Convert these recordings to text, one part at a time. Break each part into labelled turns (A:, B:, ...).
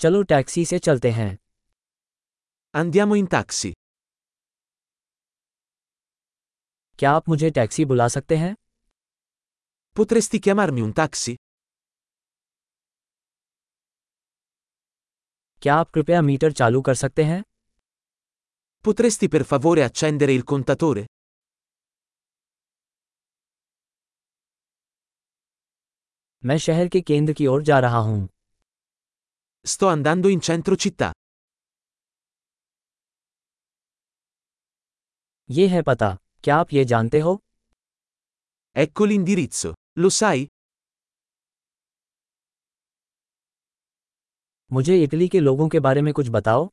A: चलो टैक्सी से चलते हैं
B: Andiamo in taxi.
A: क्या आप मुझे टैक्सी बुला सकते हैं
B: Potresti chiamarmi un taxi?
A: क्या आप कृपया मीटर चालू कर सकते हैं
B: Potresti per favore accendere il contatore?
A: मैं शहर के केंद्र की ओर जा रहा हूँ
B: Sto andando in centro città.
A: ये है पता क्या आप ये जानते हो
B: Ecco l'indirizzo. Lo sai?
A: मुझे इटली के लोगों के बारे में कुछ बताओ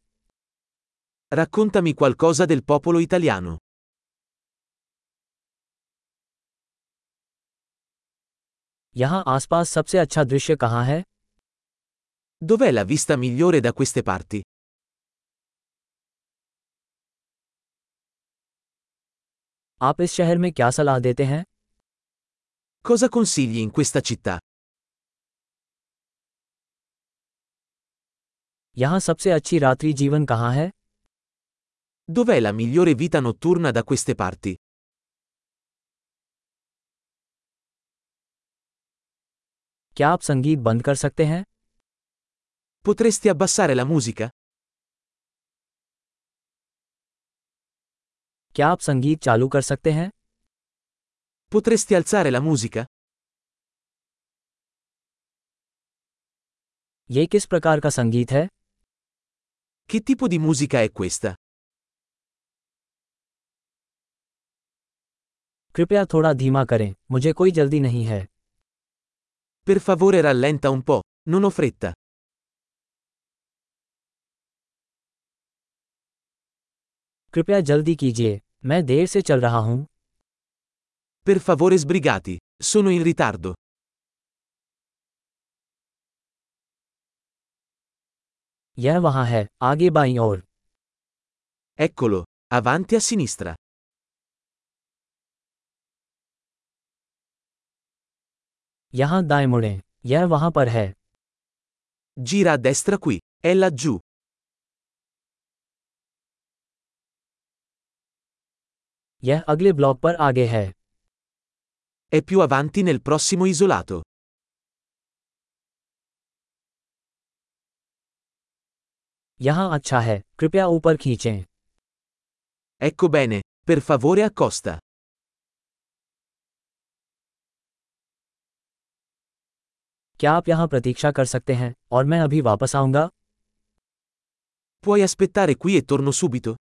B: Raccontami qualcosa del popolo italiano.
A: यहाँ आसपास सबसे अच्छा दृश्य कहाँ है
B: Dov'è la vista migliore da queste parti?
A: आप इस शहर में क्या सलाह देते हैं
B: Cosa consigli in questa città?
A: यहाँ सबसे अच्छी रात्रि जीवन कहाँ है
B: Dov'è la migliore vita notturna da queste parti?
A: क्या आप संगीत बंद कर सकते हैं
B: Potresti abbassare la musica?
A: क्या आप संगीत चालू कर सकते हैं
B: Potresti alzare la musica?
A: ये किस प्रकार का संगीत है
B: Che tipo di musica è questa?
A: कृपया थोड़ा धीमा करें मुझे कोई जल्दी नहीं है
B: Per favore rallenta un po', non ho fretta.
A: कृपया जल्दी कीजिए मैं देर से चल रहा हूँ
B: Per favore sbrigati, sono in ritardo.
A: यह वहाँ है आगे बाईं ओर
B: Eccolo, avanti a sinistra.
A: यहाँ दाएं मुड़ें यह वहाँ पर है
B: Gira a destra qui, è laggiù.
A: यह अगले ब्लॉक पर आगे है
B: È più avanti nel prossimo isolato.
A: यहाँ अच्छा है कृपया ऊपर खींचें
B: Ecco bene, per favore accosta.
A: क्या आप यहाँ प्रतीक्षा कर सकते हैं और मैं अभी वापस आऊँगा
B: Puoi aspettare qui e torno subito?